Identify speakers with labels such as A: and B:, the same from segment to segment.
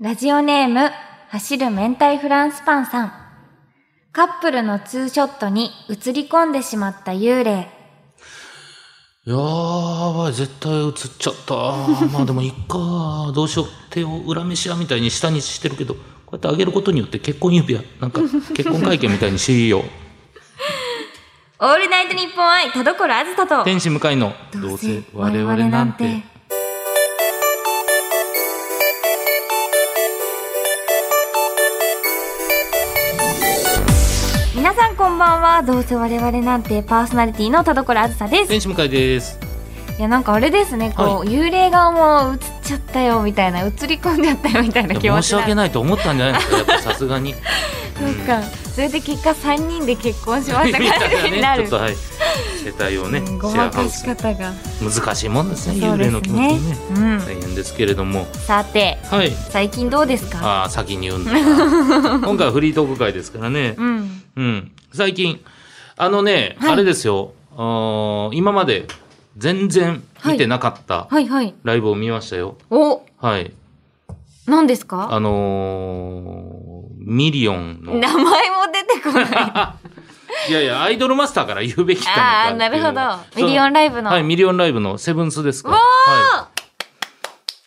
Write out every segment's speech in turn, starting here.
A: ラジオネーム、走る明太フランスパンさん。カップルのツーショットに映り込んでしまった幽霊。
B: やーばい、絶対映っちゃった。 まあでもいっか。どうしよう。手を裏飯屋みたいに下にしてるけど、こうやって上げることによって結婚指輪、なん か結婚会見みたいにしよう。
A: オールナイトニッポン愛、田所あずたと。
B: 天使向かいの、
A: どうせ我々なんて。皆さんこんばんは。どうせ我々なんてパーソナリティの田所あずさです。
B: 天使向かいです。
A: いやなんかあれですね。こう、幽霊顔も映っちゃったよみたいな、映り込んじゃったよみたいな気持ち
B: 申し訳
A: な
B: ないと思ったんじゃないですか、やっぱさすが に。
A: んかそれで結果三人で結婚しま した感じに
B: ね、
A: な
B: ち
A: る。
B: ょっとはい。世帯をね、シ
A: うんご
B: ェ
A: ま
B: アハ
A: か
B: ウ
A: し
B: ス。
A: 方が。
B: 難しいもんですね、
A: そう
B: 幽
A: で
B: 霊
A: す
B: の気持ちね。
A: うん。
B: 大変ですけれども。
A: さて、
B: はい。
A: 最近どうですか
B: ああ、先に言う んだな。今回はフリートーク会ですからね。
A: うん。
B: うん。最近、あのね、
A: はい
B: あれですよ。あー今まで全然見てなかった
A: はいはい。
B: ライブを見ましたよ。
A: お、
B: はい。
A: 何ですか
B: あのーミリオンの。
A: 名前も出て こない。
B: いやいや、アイドルマスターから言うべきかのか
A: ああ、なるほ
B: ってい
A: ど。
B: うのが
A: ミリオンライブの。
B: はい、ミリオンライブのセブンスですか。
A: わ
B: は
A: あ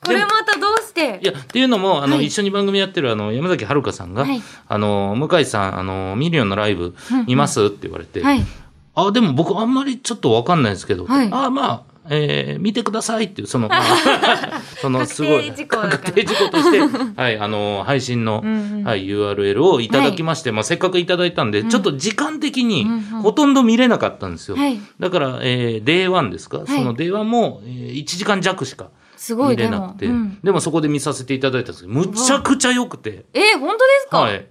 A: これまたどうして
B: い。いや、っていうのも、あの、
A: はい
B: 一緒に番組やってる、あの、山崎遥さんが、
A: はい
B: あの、向井さん、あの、ミリオンのライブ見ますって言われて、
A: はい。
B: あ、でも僕あんまりちょっとわかんないですけど、
A: はい
B: あ、まあ、えー見てくださいってい う、その、その
A: 確定
B: すごい、
A: 事項だから
B: 確定事項として、 はい、あの、配信の、
A: うんうん
B: はい、URL をいただきまして、まあ、せっかくいただいたんで、ちょっと時間的に
A: うんうん
B: ほとんど見れなかったんですよ。
A: はい
B: だから、えー、Day1 ですか、
A: い
B: その Day1 も、えー、1時間弱しか
A: すご
B: 見
A: い、で
B: れな
A: も
B: く。て、
A: う
B: でも
A: ん
B: そこで見させていただいたんですけど、むちゃくちゃ良くて、
A: えー、本当です
B: は
A: か
B: い。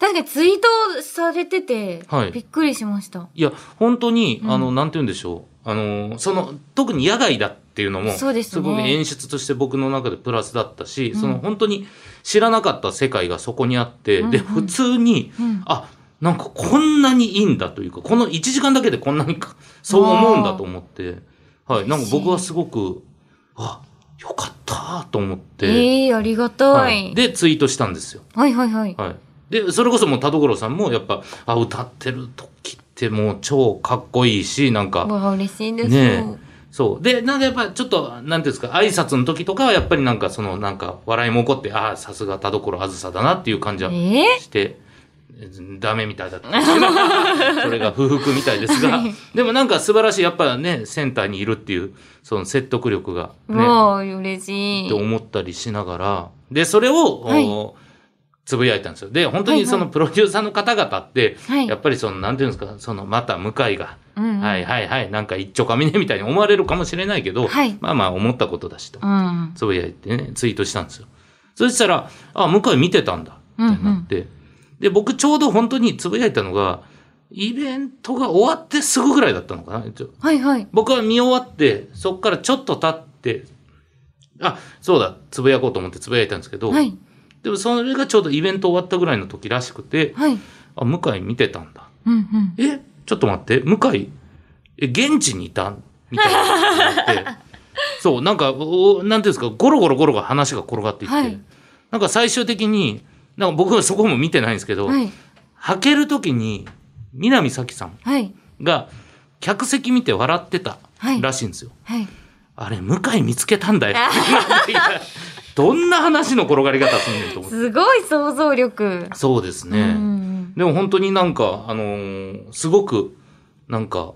A: 確かにツイートされてて
B: はい、
A: びっくりしました。
B: いや、本当に、
A: うん
B: あの、なんて言うんでしょう。あの、その、特に野外だっていうのも、
A: そうですね
B: ごく演出として僕の中でプラスだったし、
A: うん
B: その、本当に知らなかった世界がそこにあって、
A: うんう
B: で、
A: ん
B: 普通に、
A: うん
B: あ、なんかこんなにいいんだというか、この1時間だけでこんなにか、そう思うんだと思って、はい、なんか僕はすごく、あ、よかったと思って、
A: ええー、ありがた。
B: はいで、ツイートしたんですよ。
A: はいはいはい。
B: はい。で、それこそもう田所さんもやっぱ、あ、歌ってる時ってもう超かっこいいし、なんか、
A: わあ、嬉しいです。
B: ねそう。で、なんかやっぱちょっと、なんていうんですか、挨拶の時とかはやっぱりなんかその、なんか笑いも起こって、ああ、さすが田所あずさだなっていう感じは
A: ええ
B: して、ダメみたいだ ったんですけど。それが不服みたいですが、でもなんか素晴らしい、やっぱね、センターにいるっていう、その説得力がね、
A: もう嬉し
B: っ
A: い。
B: て思ったりしながら、で、それを、
A: はい
B: おつぶやいたんですよ。で、本当
A: はい
B: に
A: はい
B: そのプロデューサーの方々って、
A: はい
B: やっぱりその、なんていうんですか、その、また向井が、
A: うんうん
B: はいはいはい、なんか一丁かみねみたいに思われるかもしれないけど、
A: はい
B: まあまあ思ったことだしと
A: う、ん。
B: つぶやいてね、ツイートしたんですよ。そしたら、あ、向井見てたんだ、ってなって、で、僕ちょうど本当につぶやいたのが、イベントが終わってすぐぐらいだったのかな、一応
A: はいはい。
B: 僕は見終わって、そこからちょっと経って、あ、そうだ、つぶやこうと思ってつぶやいたんですけど、
A: はい。
B: でもそれがちょうどイベント終わったぐらいの時らしくて、
A: はい。
B: あ、向井見てたんだ。
A: うんうん。
B: え、ちょっと待って、向井、え、現地にいたみたいな になって、そう、なんか、おなんていうんですか、ゴロゴロゴロが話が転がっていって、
A: はい
B: なんか最終的に、なんか僕はそこも見てないんですけど、
A: はい。
B: 履ける時に、南咲さん
A: はい。
B: が客席見て笑ってたらしいんですよ。
A: はい。
B: あれ、向井見つけたんだよ。 どんな話の転がり方すんねんと思って。
A: すごい想像力。
B: そうです
A: うんう
B: ね。
A: ん
B: でも本当になんか、あのーすごく、なんか、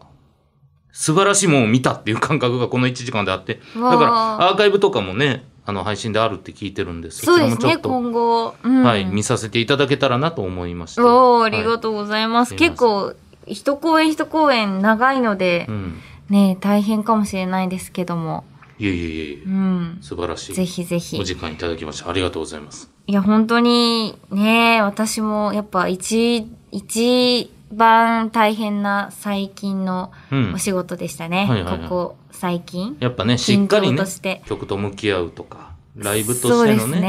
B: 素晴らしいもんを見たっていう感覚がこの1時間であって、だか
A: わあ
B: らアーカイブとかもね、あの配信であるって聞いてるんで、そ
A: そう
B: ちら
A: で
B: も
A: す
B: ちょ
A: ね、
B: っと、
A: 今後。うん
B: はい、見させていただけたらなと思いました。
A: おー、あり
B: は
A: がとうございます。
B: はい
A: 結構、一公演一公演長いので
B: い。う、ん。
A: ね、大変かもしれないですけども。
B: いえいえいえいうえ、
A: ん。
B: 素晴らしい。
A: ぜひぜひ
B: お。時間いただきました。ありがとうございます。
A: いや、本当に、ね、私もやっぱ一、一番大変な最近の
B: うん
A: お。仕事でしたね。
B: はいはいは
A: こ
B: い
A: こ最近。
B: やっぱね、しっかり
A: 緊張
B: ね
A: として、
B: 曲と向き合うとか、ライブと
A: そ
B: し
A: う
B: て
A: で
B: の
A: す
B: ね。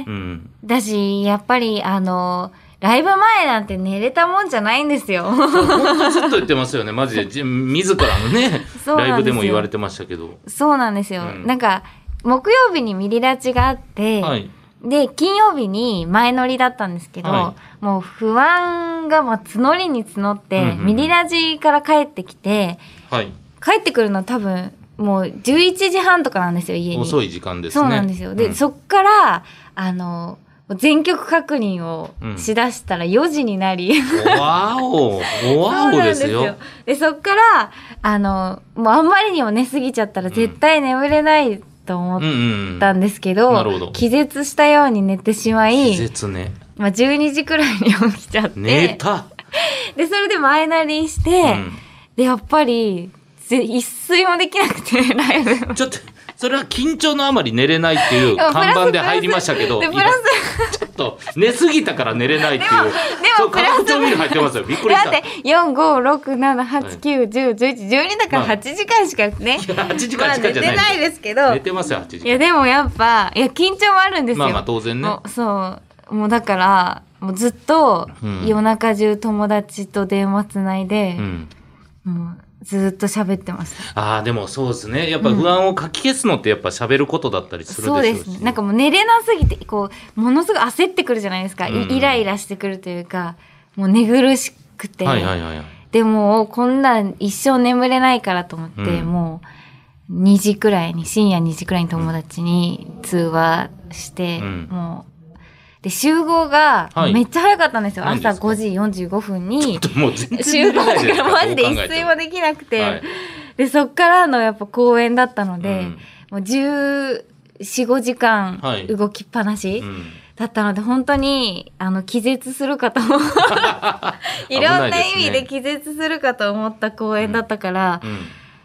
A: ね。
B: うん。
A: だし、やっぱり、あの、ライブ前なんて寝れたもんじゃないんですよ。
B: 本当ずっと言ってますよね、マジで。じ自らのね、
A: そうなんですよ
B: ライブでも言われてましたけど。
A: そうなんですよ。
B: うん
A: なんか、木曜日にミリラチがあって、
B: はい。
A: で、金曜日に前乗りだったんですけど、
B: は
A: もう不安がもう募りに募って、
B: うんうん
A: ミリラジから帰ってきて、
B: はい。
A: 帰ってくるの多分もう11時半とかなんですよ、家に。
B: 遅い時間ですね。
A: そうなんですよ。で、
B: うん
A: そっから、あの、全曲確認をしだしたら4時になり、
B: おわお、お
A: そうな
B: わ
A: ん
B: おですよ。
A: でそっからあのもうあんまりにも寝すぎちゃったら
B: うん
A: 絶対眠れないと思
B: うん
A: っ
B: うん。
A: たんですけど,、
B: なるほど
A: 気絶したように寝てしま
B: 季
A: い、
B: 節ね。
A: まあ、12時くらいに起きちゃって
B: 寝た。
A: でそれで前なりして、
B: う
A: でやっぱりぜ一睡もできなく てライブ
B: ん。ちょっと、それは緊張のあまり寝れないっていう
A: でもプラス
B: 看板で入りましたけど、
A: でプラス
B: ちょっと寝すぎたから寝れないっていう。
A: でも
B: そう
A: プラス
B: カウントミル入ってますよ。びっくり
A: だ
B: した。
A: っ
B: い
A: て
B: や
A: 456789101112だから
B: はい
A: 8時間しかね、
B: 8時
A: ま
B: 間
A: あ
B: しか
A: 寝
B: じ
A: て
B: ゃない。
A: ないですけど
B: 寝てますよ、8時
A: い
B: 間。
A: やでもやっぱいや緊張もあるんですよ。
B: まあまあ当然ね
A: もうそうもうだからもうずっと
B: うん
A: 夜中中友達と電話つないで
B: う、ん。
A: もうずっと喋ってました。
B: ああ、でもそうですね。やっぱ不安をかき消すのってやっぱ喋ることだったりするでしょ
A: そうう
B: し。
A: ですね。なんかもう寝れなすぎてこうものすごい焦ってくるじゃないですか。い
B: うん
A: イライラしてくるというかもう寝苦しくて、
B: はいはいはいはい。
A: でもこんなん一生眠れないからと思って、
B: うん
A: もう2時くらいに深夜2時くらいに友達に通話して、
B: うん
A: もうで集合が
B: はい
A: めっちゃ早かったんですよ、
B: 何です
A: 朝
B: か
A: 5時45分に
B: ちょっともう全
A: 集
B: 然寝
A: 合だ
B: れない
A: か
B: じゃないです
A: ら
B: か。
A: マジで
B: どう
A: 一
B: 考えて
A: 睡
B: も
A: もできなくて、
B: はい
A: でそっからのやっぱ公演だったので、
B: うん
A: もう1415時間
B: はい
A: 動きっぱなし。
B: うん
A: だったので本当にあの気絶するかと 思ういろんな意味で気絶するかと思った公演だったから、
B: うん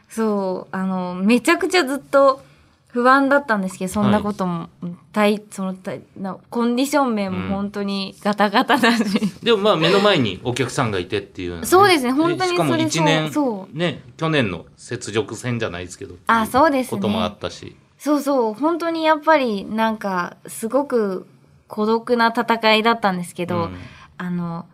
A: そうあのめちゃくちゃずっと不安だったんですけどそんなことも、体その体なコンディション面
B: うん
A: も本当にガタガタだし、
B: でもまあ目の前にお客さんがいてっていう、
A: そうですね本当に
B: しかも
A: それ
B: 1年
A: そうそ
B: ね去年の雪辱戦じゃないですけど
A: あそうですね
B: こともあったし
A: そうそう本当にやっぱりなんかすごく孤独な戦いだったんですけど、
B: うん
A: あの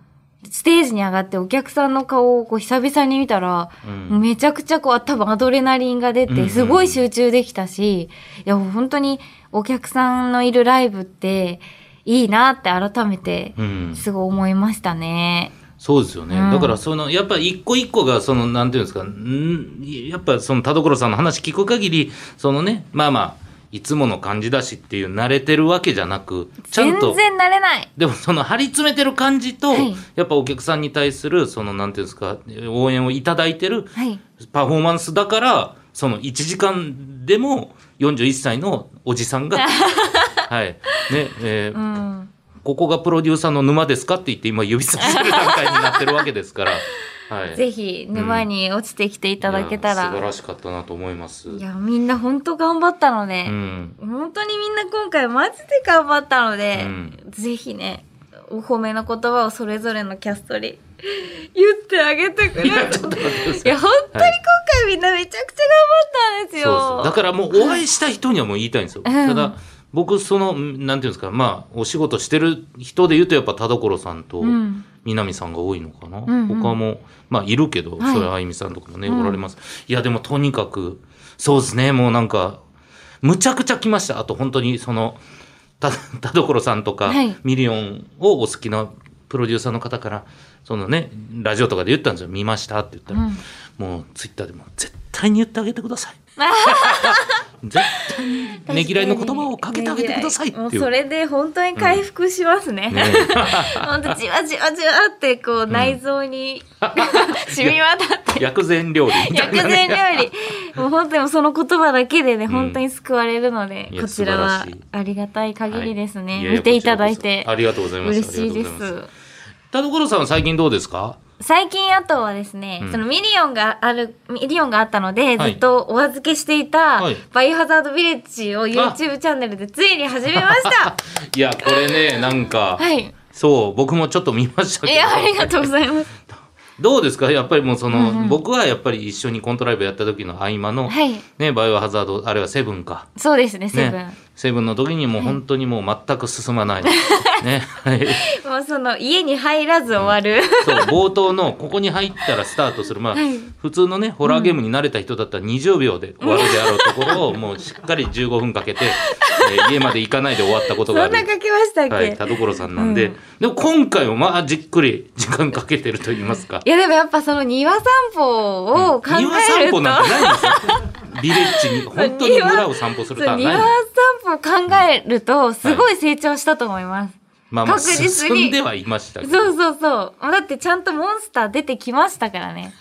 A: ステージに上がってお客さんの顔をこう久々に見たら、
B: うん
A: めちゃくちゃこう多分アドレナリンが出
B: うんう
A: て
B: ん
A: すごい集中できたし、いや本当にお客さんのいるライブっていいなって改めて
B: うん、
A: すごい思いましたね。
B: そうですよね、
A: うん
B: だからそのやっぱ一個一個がそのなんていうんですかんやっぱその田所さんの話聞く限りそのねまあまあいつもの感じだしっていう慣れてるわけじゃなくちゃんと
A: 全然慣れない。
B: でもその張り詰めてる感じと、
A: はい
B: やっぱお客さんに対するそのなんていうんですか応援をいただいてる
A: はい。
B: パフォーマンスだから、その1時間でも41歳のおじさん が、はい、ね、え
A: う
B: ー
A: ん。
B: ここがプロデューサーの沼ですかって言って今指さしてる段階になってるわけです から、はい。
A: ぜひ沼に落ちてきてい
B: い
A: ただけた
B: や素晴
A: ら。
B: らしかったなと思います。
A: いや、みんな本当頑張ったの
B: う
A: で、
B: ん。
A: 本当にみんな今回マジで頑張ったので、
B: うん
A: ぜひね、お褒めの言葉をそれぞれのキャストに 言ってあげてく
B: い
A: れ
B: や、ちょっと待ってください。
A: いや、本当に今回みんなめちゃくちゃ頑張ったんですよ。
B: そうそうだからもうお会いした人にはもう言いたいんですよ。
A: うん
B: ただ僕そのんなんていうんですかまあお仕事してる人で言うとやっぱ田所さんと
A: うん
B: 南さんが多いのかな、
A: んうん
B: 他もまあいるけど、
A: はい
B: それあゆみさんとかもね
A: うん
B: おられます。いやでもとにかくそうですねもうなんかむちゃくちゃ来ましたあと本当にそのた 田所さんとか、
A: はい
B: ミリオンをお好きなプロデューサーの方からそのねラジオとかで言ったんですよ見ましたって言ったら、
A: うん
B: もうツイッターでも絶対に言ってあげてください。 絶対にねぎらいの言葉をかけてあげてくださいって
A: もう
B: い。
A: そうれで本当に回復しますね。
B: ね
A: 本当じわじわじわってこう内臓 に、 染み渡って。
B: 薬膳料理 みたい
A: 薬
B: なね、
A: 膳料理。もう本当にその言葉だけでね、
B: ん
A: 本当に救われるので、
B: いや
A: こちらは
B: 素晴らしい
A: ありがたい限りですね。
B: はやや
A: 見ていただい
B: こちら
A: て
B: こそありがとうございます。
A: 嬉しいで。
B: ありがとうござます田所さんは最近どうですか？
A: 最近あとはですね、
B: うん
A: そのミリオンがある、ミリオンがあったので、
B: はい
A: ずっとお預けしていた
B: はい、
A: バイオハザードビレッジを YouTube チャンネルでついに始めました。
B: いやこれねなんか、
A: はい。い
B: そう僕もちょっと見ましたけど。
A: や、ありがとうございます。
B: どうですかやっぱりもうその、
A: うんうん
B: 僕はやっぱり一緒にコントライブやった時の合間の、
A: はい。
B: ねバイオハザードあれはセブンか。
A: そうですね、セブン。
B: ね、セブンの時にもう本当にもう全く進まない。ね、はい。
A: もうその、家に入らず終わる。
B: そう冒頭のここに入ったらスタートするまあ、
A: はい
B: 普通のねホラーゲームに慣れた人だったら20秒で終わるであろうところをもうしっかり15分かけてえー家まで行かないで終わったこ
A: そ
B: と
A: ん
B: があ
A: な
B: る。
A: 書きましたっけ、
B: はい、
A: い
B: 田所さんなんで、
A: うん
B: でも今回はまあじっくり時間かけてると言いますか。
A: やでもやっぱその庭散歩を考
B: 庭
A: える
B: 散
A: と、
B: 歩なんてないんです よ。ビレッジに、本当に村を散歩すると
A: そ
B: は
A: う
B: ない
A: 庭散歩を考えるとすごい成長したと思います、
B: まあまあ、
A: 確実に
B: 進んではいましたけど。
A: そうそうそうだってちゃんとモンスター出てきましたから ね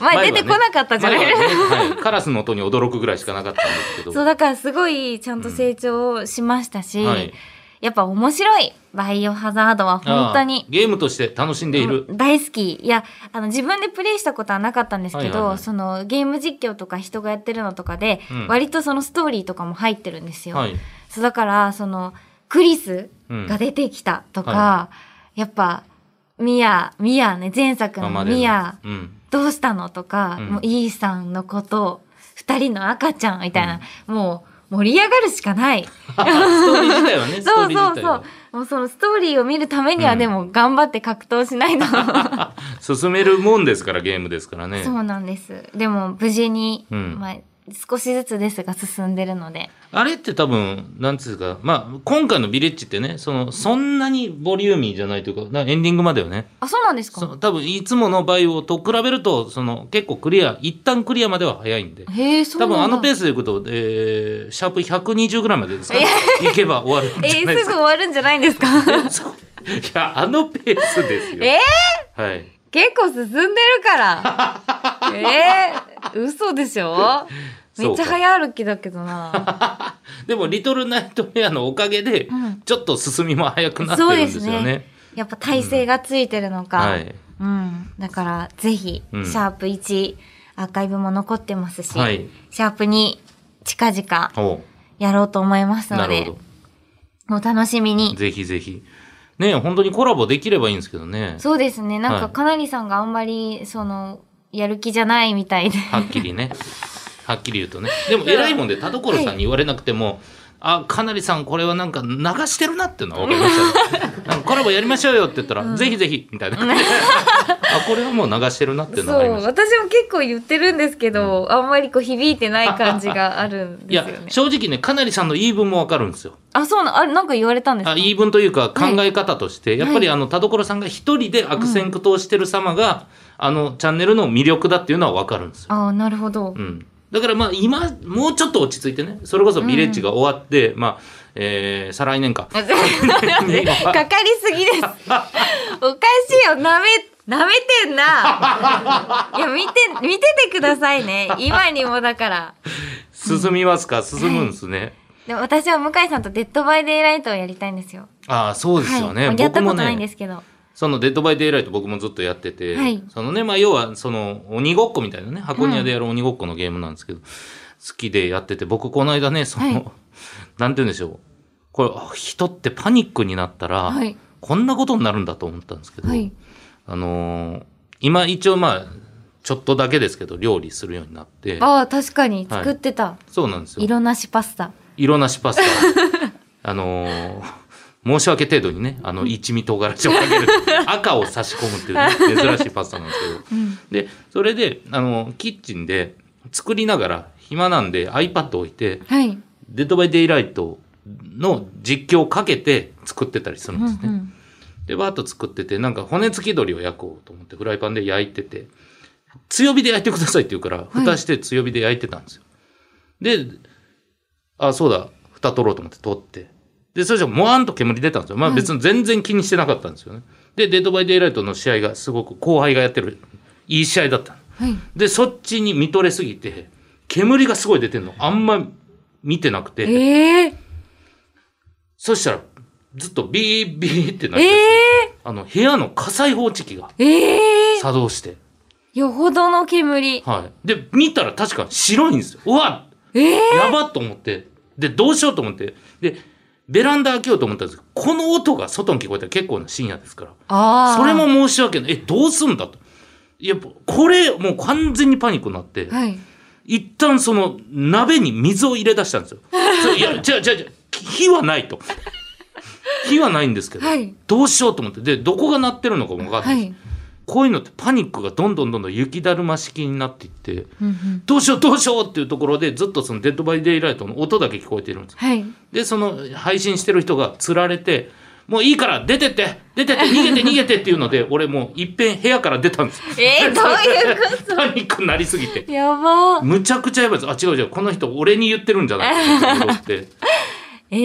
A: 前
B: はね
A: 出てこなかったじゃない
B: 前はねはいカラスの音に驚くぐらいしかなかったんですけど。
A: そうだからすごいちゃんと成長しましたし、
B: はい
A: やっぱ面白いバイオハザードは本当
B: あ
A: に
B: あゲームとして楽しんでいる。
A: 大好きいやあの自分でプレイしたことはなかったんですけど、
B: はいはいはい
A: そのゲーム実況とか人がやってるのとかで、
B: うん
A: 割とそのストーリーとかも入ってるんですよ、
B: はい。
A: そうだからそのクリスが出てきたとか、
B: うんは
A: やっぱミアミアね前作
B: 今
A: の
B: までの
A: ミア
B: うん。
A: どうしたのとか、
B: うん
A: もうイーさんのこと二人の赤ちゃんみたいな、もう盛り上がるしかない。
B: ストーリー自体は ね、スト
A: そ
B: ー
A: う
B: リー
A: そう
B: 自体
A: そう
B: は。
A: もうそのストーリーを見るためには
B: うん
A: でも頑張って格闘し ないと、
B: 進めるもんですから、ゲームですから ね。
A: そうなんです。でも無事に、
B: うん
A: まあ少しずつですが進んでるので。
B: あれって多分、なんつうか、まあ、今回のビレッジってね、その、そんなにボリューミーじゃないというか、なエンディングまでよね。
A: あ、そうなんです
B: そ
A: か
B: 多分、いつものバイオと比べると、その、結構クリア、一旦クリアまでは早いんで。
A: へえ、そうな
B: 多
A: んだ。
B: 分、あのペースでいくと、えー、シャープ120ぐらいまでですか行けば終わるんじ
A: え
B: ゃない
A: ー
B: ですす
A: ぐ
B: か。
A: 終わるんじゃないん ですか
B: いや、あのペースですよ。
A: え
B: はい。
A: 結構進んでるから。 えー、嘘でしょめっちゃ早歩きだけど な。
B: でも、リトルナイトメアのおかげで、
A: うん
B: ちょっと進みも早くなってるんですよ
A: そうですね
B: ね
A: やっぱ体勢がついてるのか。
B: はい。
A: うん。だから、ぜひ、
B: うん
A: シャープ1、アーカイブも残ってますし、
B: はい
A: シャープ2、近々
B: お
A: やろうと思います
B: な
A: の
B: る
A: で
B: ほ、
A: お楽しみ
B: ど。
A: に。
B: ぜひぜひ。ね本当にコラボできればいいんですけどね。
A: そうですね。なん
B: は
A: か、
B: い
A: かなりさんがあんまり、その、やる気じゃないみたいで。
B: はっきりね。はっきり言うとね。でも、偉いもんで、田所さんに言われなくても、あ、かなりさん、これはなんか流してるなっていうのは分かりま した、なんかコラボやりましょうよって言ったら、ぜひぜひみたいな。あ、これはもう流してるなっていうの
A: そ
B: があり
A: う
B: ました。
A: 私も結構言ってるんですけど、あんまりこう響いてない感じがあるん
B: い
A: で
B: や
A: すよね。
B: 正直ねかなりさんの言い分も分かるんですよ。
A: あそうなんあれなんか言われたんですか
B: あ言い分というか考え方として、やっぱりあの田所さんが一人で悪戦苦闘してる様が、あのチャンネルの魅力だっていうのは分かるんですよ。
A: あなるほど、
B: うん、だからまあ今もうちょっと落ち着いてねそれこそビレッジが終わって、まあ、えー再来年か。
A: かかりすぎ ですおかしいよなめなめてんないや見て見ててくださいね今にもだから
B: 進みますか進むんですね。
A: でも私は向井さんと「デッド・バイ・デイ・ライト」をやりたいんですよ
B: ああそうですよね。
A: はい、やったこ
B: 僕も
A: とないんで
B: ね
A: すけど、
B: その「デッド・バイ・デイ・ライト」僕もずっとやってて、
A: はい
B: そのねまあ要はその鬼ごっこみたいなね箱庭でやる鬼ごっこのゲームなんですけど、好きでやってて僕この間ねその、
A: はい
B: なんて言うんでしょうこれあ人ってパニックになったら、
A: はい
B: こんなことになるんだと思ったんですけど、
A: はい
B: あのー今一応まあちょっとだけですけど料理するようになって
A: ああ確かに作ってた、
B: そうなんですよ
A: 色なしパスタ
B: 色なしパスタ あのー申し訳程度にねあの一味唐辛子をかける赤を差し込むっていう、ね、珍しいパスタなんですけど、でそれであのキッチンで作りながら暇なんで iPad 置いて
A: はい、
B: 「デッド・バイ・デイ・ライト」の実況をかけて作ってたりするん
A: うん
B: で
A: う
B: すね。
A: ん、
B: で、わーっと作ってて、なんか骨付き鳥を焼こうと思って、フライパンで焼いてて、強火で焼いてくださいって言うから、蓋して強火で焼いてたんですよ。で、あ、そうだ、蓋取ろうと思って取って。で、それじゃ、もわんと煙出たんですよ。まあ別に全然気にしてなかったんですよね。で、デッドバイデイライトの試合がすごく後輩がやってる、いい試合だったの。
A: はい
B: で、そっちに見とれすぎて、煙がすごい出てんの。あんま見てなくて。
A: ええ
B: そしたら、ずっとビービーってなっ
A: え
B: て、
A: え
B: あの、部屋の火災報知器が。
A: ええ
B: 作動して。
A: よほどの煙。
B: はい。で、見たら確かに白いんですよ。うわ
A: ええ
B: やばっと思って。で、どうしようと思って。で、ベランダ開けようと思ったんですけど、この音が外に聞こえたら結構な深夜ですから。
A: ああ。
B: それも。申し訳ない。え、どうすんだと。いや、これ、もう完全にパニックになって、
A: はい。
B: 一旦その鍋に水を入れ出したん ですよ。そういや、違う違う違う。火はないと。火はないんですけど、
A: はい
B: どうしようと思って。で、どこが鳴ってるのかも分かんない
A: は
B: です。
A: い。
B: こういうのってパニックがどんどんどんどん雪だるま式になっていって、どうしようどうしようっていうところでずっとそのデッドバイデイライトの音だけ聞こえてるんです。
A: はい。
B: で、その配信してる人が釣られて、もういいから出てって出てって逃げて逃げてっていうので、俺もういっぺん部屋から出たんです。
A: えー、どういうこ
B: パニックになりすぎて。
A: とやば
B: むちゃくちゃやばいです。あ、違う違う。この人俺に言ってるんじゃないかって思って。
A: え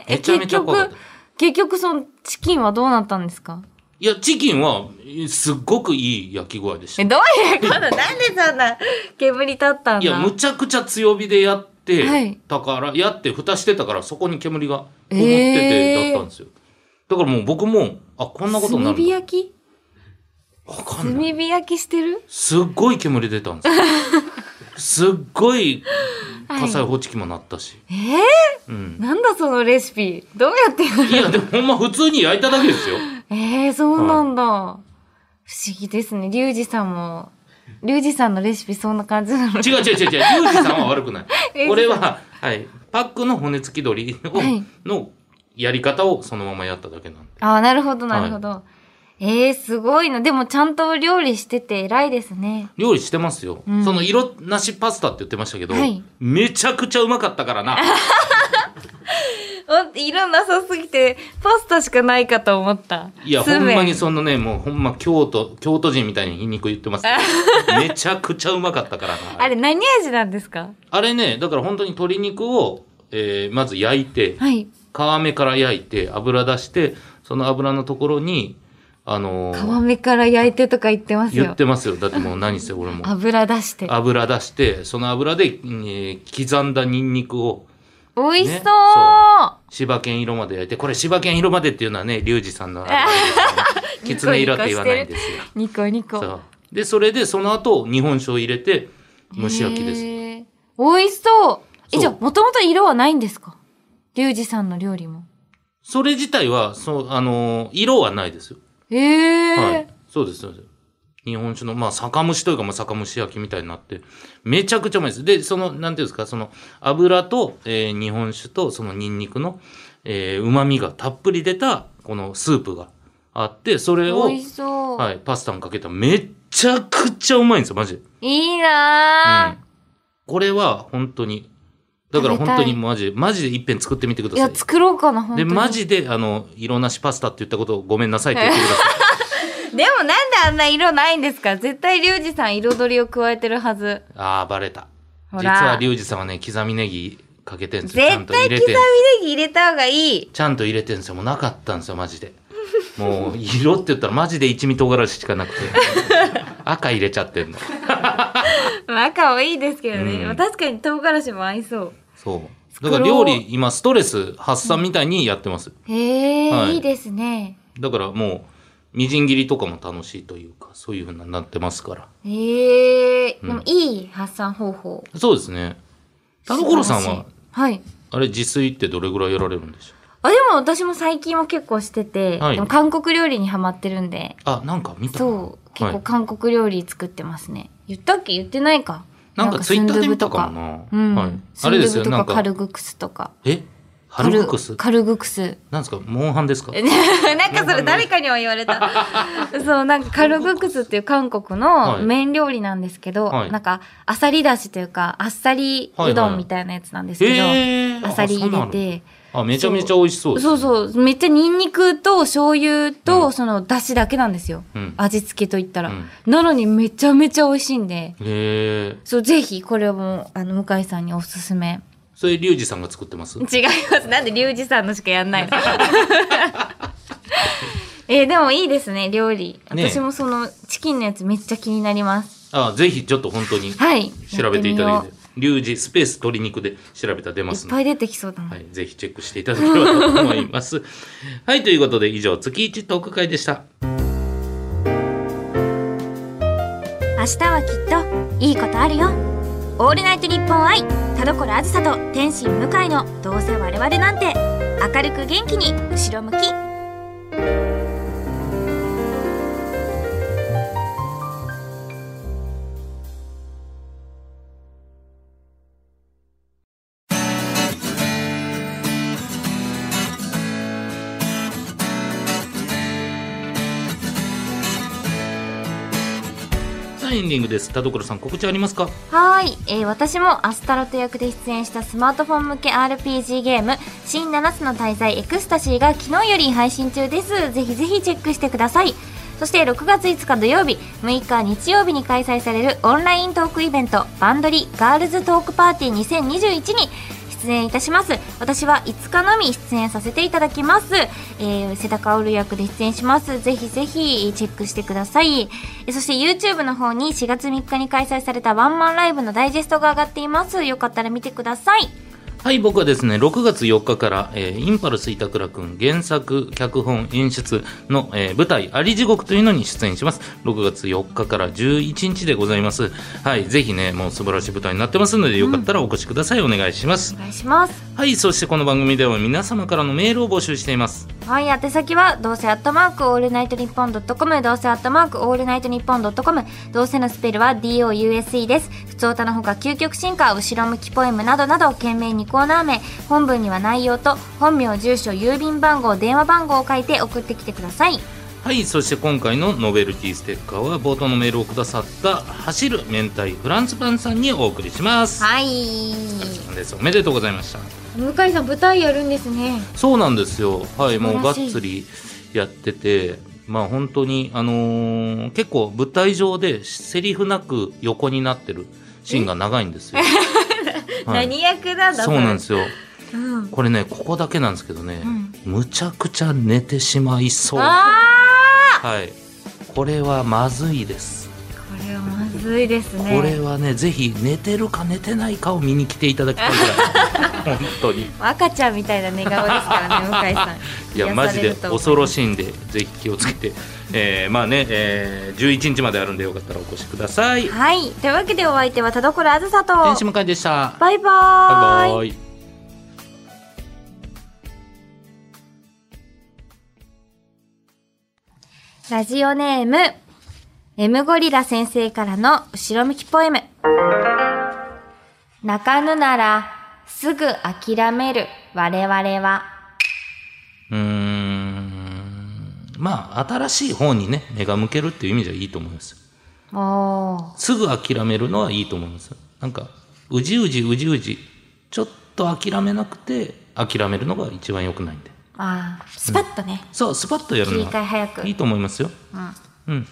A: え
B: めちゃめちゃ怖かっ
A: 結
B: た
A: 局、結局そのチキンはどうなったんですか
B: いや、チキンはすっごくいい焼き具合でした
A: え、。どういうことなんでそんな煙立ったんだ
B: いや、むちゃくちゃ強火でやって、
A: はい
B: だから、やって蓋してたから、そこに煙がこもって
A: え
B: て、
A: ー
B: だったんですよ。だからもう僕も、あ、こんなことにな
A: 炭
B: るん
A: 火
B: だ。
A: 焼き
B: わかん
A: 炭
B: ない。
A: 火焼きしてる
B: すっごい煙出たんですよ。すっごい火災報知器も鳴ったし。
A: え
B: うん
A: ー、。なんだそのレシピどうやってやる
B: いや、でもほんま普通に焼いただけですよ。
A: えー、そうなんだ。不思議ですね。リュウジさんも、リュウジさんのレシピそんな感じなの。
B: 違う違う違う違う。ユージさんは悪くない
A: え。
B: 俺は、はい。パックの骨付き鶏を、
A: はい
B: のやり方をそのままやっただけなんで。
A: ああ、なるほど、なるほど。えー、すごいな。でもちゃんと料理してて偉いですね。
B: 料理してますよ、
A: うん
B: その色なしパスタって言ってましたけど、
A: はい
B: めちゃくちゃうまかったからな
A: お色なさすぎて、パスタしかないかと思った。
B: いやほ
A: そうめ
B: んまにそのねもうほんま京都京都人みたいに皮肉言ってますけどめちゃくちゃうまかったからな
A: あれ何味なんですか
B: あれねだから本当に鶏肉を、えーまず焼いて
A: はい。
B: 皮目から焼いて油出してその油のところにあのー
A: 皮目から焼いてとか言ってます
B: 言
A: よ
B: っ。てますよだってもう何せ俺も
A: 油出して。
B: 油出してその油で、えー刻んだニンニクを
A: 美味しそう,、
B: ねそう柴犬色まで焼いて、これ柴犬色までっていうのはね、リュウジさ んのあれです
A: ニコニコ
B: よね、きつね色って言わないんですよ。
A: ニコニコ。
B: そう。で、それでその後、日本酒を入れて、蒸し焼きです。
A: へー。美味しそう。え、
B: そう
A: じゃあ、もともと色はないんですかリュウジさんの料理も。
B: それ自体は、そう、あのー色はないですよ。
A: へ
B: は
A: え
B: い。。そうです、そうです。日本酒の、まあ、酒蒸しというか、まあ、酒蒸し焼きみたいになって、めちゃくちゃうまいです。で、その、なんていうんですか、その、油と、えー日本酒と、その、ニンニクの、えー、旨味がたっぷり出た、このスープがあって、それを、
A: 美味しそう。
B: はい、パスタにかけためっちゃくちゃうまいんですよ、マジで。う。
A: いいなん
B: これは本当に。だから本当
A: 食べた
B: に
A: い
B: マジで、マジで一遍作ってみてく
A: ぁ。
B: だ
A: い
B: さい
A: や、。作ろうかな、本当
B: で、
A: に。
B: マジで、あの、色なしパスタって言ったことをごめんなさいって言ってくだ さ
A: でもなんであんな色ないんですか絶対リュウジさん彩りを加えてるはず。
B: い。あー、バレた。
A: ほら
B: 実はリュウジさんはね、刻みネギかけてんですよ。ちゃん
A: 絶
B: と入
A: 対刻み
B: れ
A: ネ
B: てん。
A: ギ入れた方がいい。
B: ちゃんと入れてんですよ。もうなかったんですよ、マジで。もう、色って言ったらマジで一味唐辛子し かなくて。赤入れちゃってんの。
A: まあ赤はいいですけどね。
B: うん
A: まあ確かに唐辛子も合いそう。
B: そう。だ
A: 作ろ
B: か
A: う
B: ら料理、今、ストレス発散みたいにやってます。
A: へえ、
B: はい
A: い、いですね。
B: だからもうみじん切りとかも楽しいというかそういうふうになってますから
A: へえ、
B: うん
A: でもいい発散方法。
B: そうですね田所さん
A: 素晴ら
B: は
A: しいはい。
B: あれ自炊ってどれぐらいやられるんでしょう
A: あでも私も最近も結構してて、
B: はい
A: でも韓国料理にハマってるんで
B: あなんか見た
A: そう結
B: は
A: 構
B: い
A: 韓国料理作ってますね、言ったっけ言ってないか
B: なんかツイッターで見たか
A: スンドゥ
B: も
A: ブとかうん、
B: な、はい、あれですよ
A: スンド
B: な
A: ゥブとかカ
B: んか
A: ルグクスとか
B: えハルブックス
A: カルグクス
B: なんですかモンハンです か
A: なんかそれ誰かにも言われたそうなんかカルグクスっていう韓国の
B: はい
A: 麺料理なんですけど、
B: はい
A: なんかあさりだしというかあっさりうどんみたいなやつなんですけど、
B: えー、
A: あさり
B: そう
A: 入
B: な
A: れ
B: の
A: て
B: あめちゃめちゃ美味しそうです
A: そうそう。めっちゃニンニクと醤油と、その出汁だけなんですよ。
B: うん
A: 味付けといったら、
B: うん
A: なのにめちゃめちゃ美味しいんで。
B: へえー、
A: そう、ぜひ、これも、あの、向井さんにおすすめ。
B: それリュウジさんが作ってます
A: 違います。なんで、リュウジさんのしかやんないの えーでもいいですね、料理。
B: ね
A: 私もその、チキンのやつめっちゃ気になります。
B: あぜひちょっと本当に
A: はい。
B: 調べていただい
A: やってみよ
B: てリュウジスペース鶏肉で調べたら出
A: う
B: ま
A: い
B: す
A: っ
B: ので
A: ぱい出てきそうだな。
B: はい、ぜひチェックしていただければと思います。 はい、ということで以上、月一トーク会でした。
C: 明日はきっといいことあるよオールナイトニッポン愛田所あずさと天心向井のどうせ我々なんて明るく元気に後ろ向き
B: さあエンディングです田所さん告知ありますか
A: はーい、えー私もアスタロト役で出演したスマートフォン向け RPG ゲーム「新7つの大罪エクスタシー」が昨日より配信中ですぜひぜひチェックしてくださいそして6月5日土曜日6日日曜日に開催されるオンライントークイベント「バンドリガールズトークパーティー2021」に出演いたします私は5日のみ出演させていただきます、えー、瀬田薫役で出演しますぜひぜひチェックしてくださいえーそして YouTube の方に4月3日に開催されたワンマンライブのダイジェストが上がっていますよかったら見てください
B: はい、僕はですね、6月4日から、えーインパルス板倉くん原作、脚本、演出の、えー舞台、あり地獄というのに出演します。6月4日から11日でございます。はい、ぜひね、もう素晴らしい舞台になってますので、よかったらお越しください。お願いします
A: お。願いします
B: はい、そしてこの番組では皆様からのメールを募集しています。
A: はい、宛先は、どうせアットマークオールナイトニッポンドットコム、どうせアットマークオールナイトニッポンドットコム、どうせのスペルは DOUSE です。普通歌のほか、究極進化、後ろ向きポエムなどなど、懸命にコーナー名、本文には内容と、本名、住所、郵便番号、電話番号を書いて送ってきてください。
B: はい、そして今回のノベルティステッカーは冒頭のメールをくださった、走る明太フランスパンさんにお送りします。
A: はい。
B: ですおめでとうございました。
A: 向井さん、舞台やるんですね。
B: そうなんですよ。はい、もうが
A: ら
B: っ
A: しい
B: つりやってて、まあ本当に、あのー結構舞台上でセリフなく横になってるシーンが長いんですよ。 はい
D: 何役なんだ。
B: そうなんですすよ。これね、ここだけなんですけどね、むちゃくちゃ寝てしまいそう。はい。これはまずいです。
D: これはまずいです
B: これ
D: ね。
B: はね、ぜひ寝てるか寝てないかを見に来ていただきたいぐらい。本当に。
D: 赤ちゃんみたいな寝顔ですからね、向井さん。
B: い や
D: 癒
B: マ
D: さ
B: ジ
D: れ
B: で
D: ると思います
B: 恐ろしいんでぜひ気をつけて、えーまあね、えー、11日まであるんでよかったらお越しください
A: はい。というわけでお相手は、田所あずさと、
B: 天使向井でした
A: バイバーイ。
B: バイバイ
A: ラジオネーム、エムゴリラ先生からの後ろ向きポエム。泣かぬならすぐ諦める我々は。
B: うーんまあ新しい方にね目が向けるっていう意味じゃいいと思います
A: おー。
B: すぐ諦めるのはいいと思いますなんかうじうじうじうじちょっと諦めなくて諦めるのが一番良くないんで
A: あー、スパッとね。
B: そうスパッとやるの
A: 切り替え早く
B: いいと思いますようん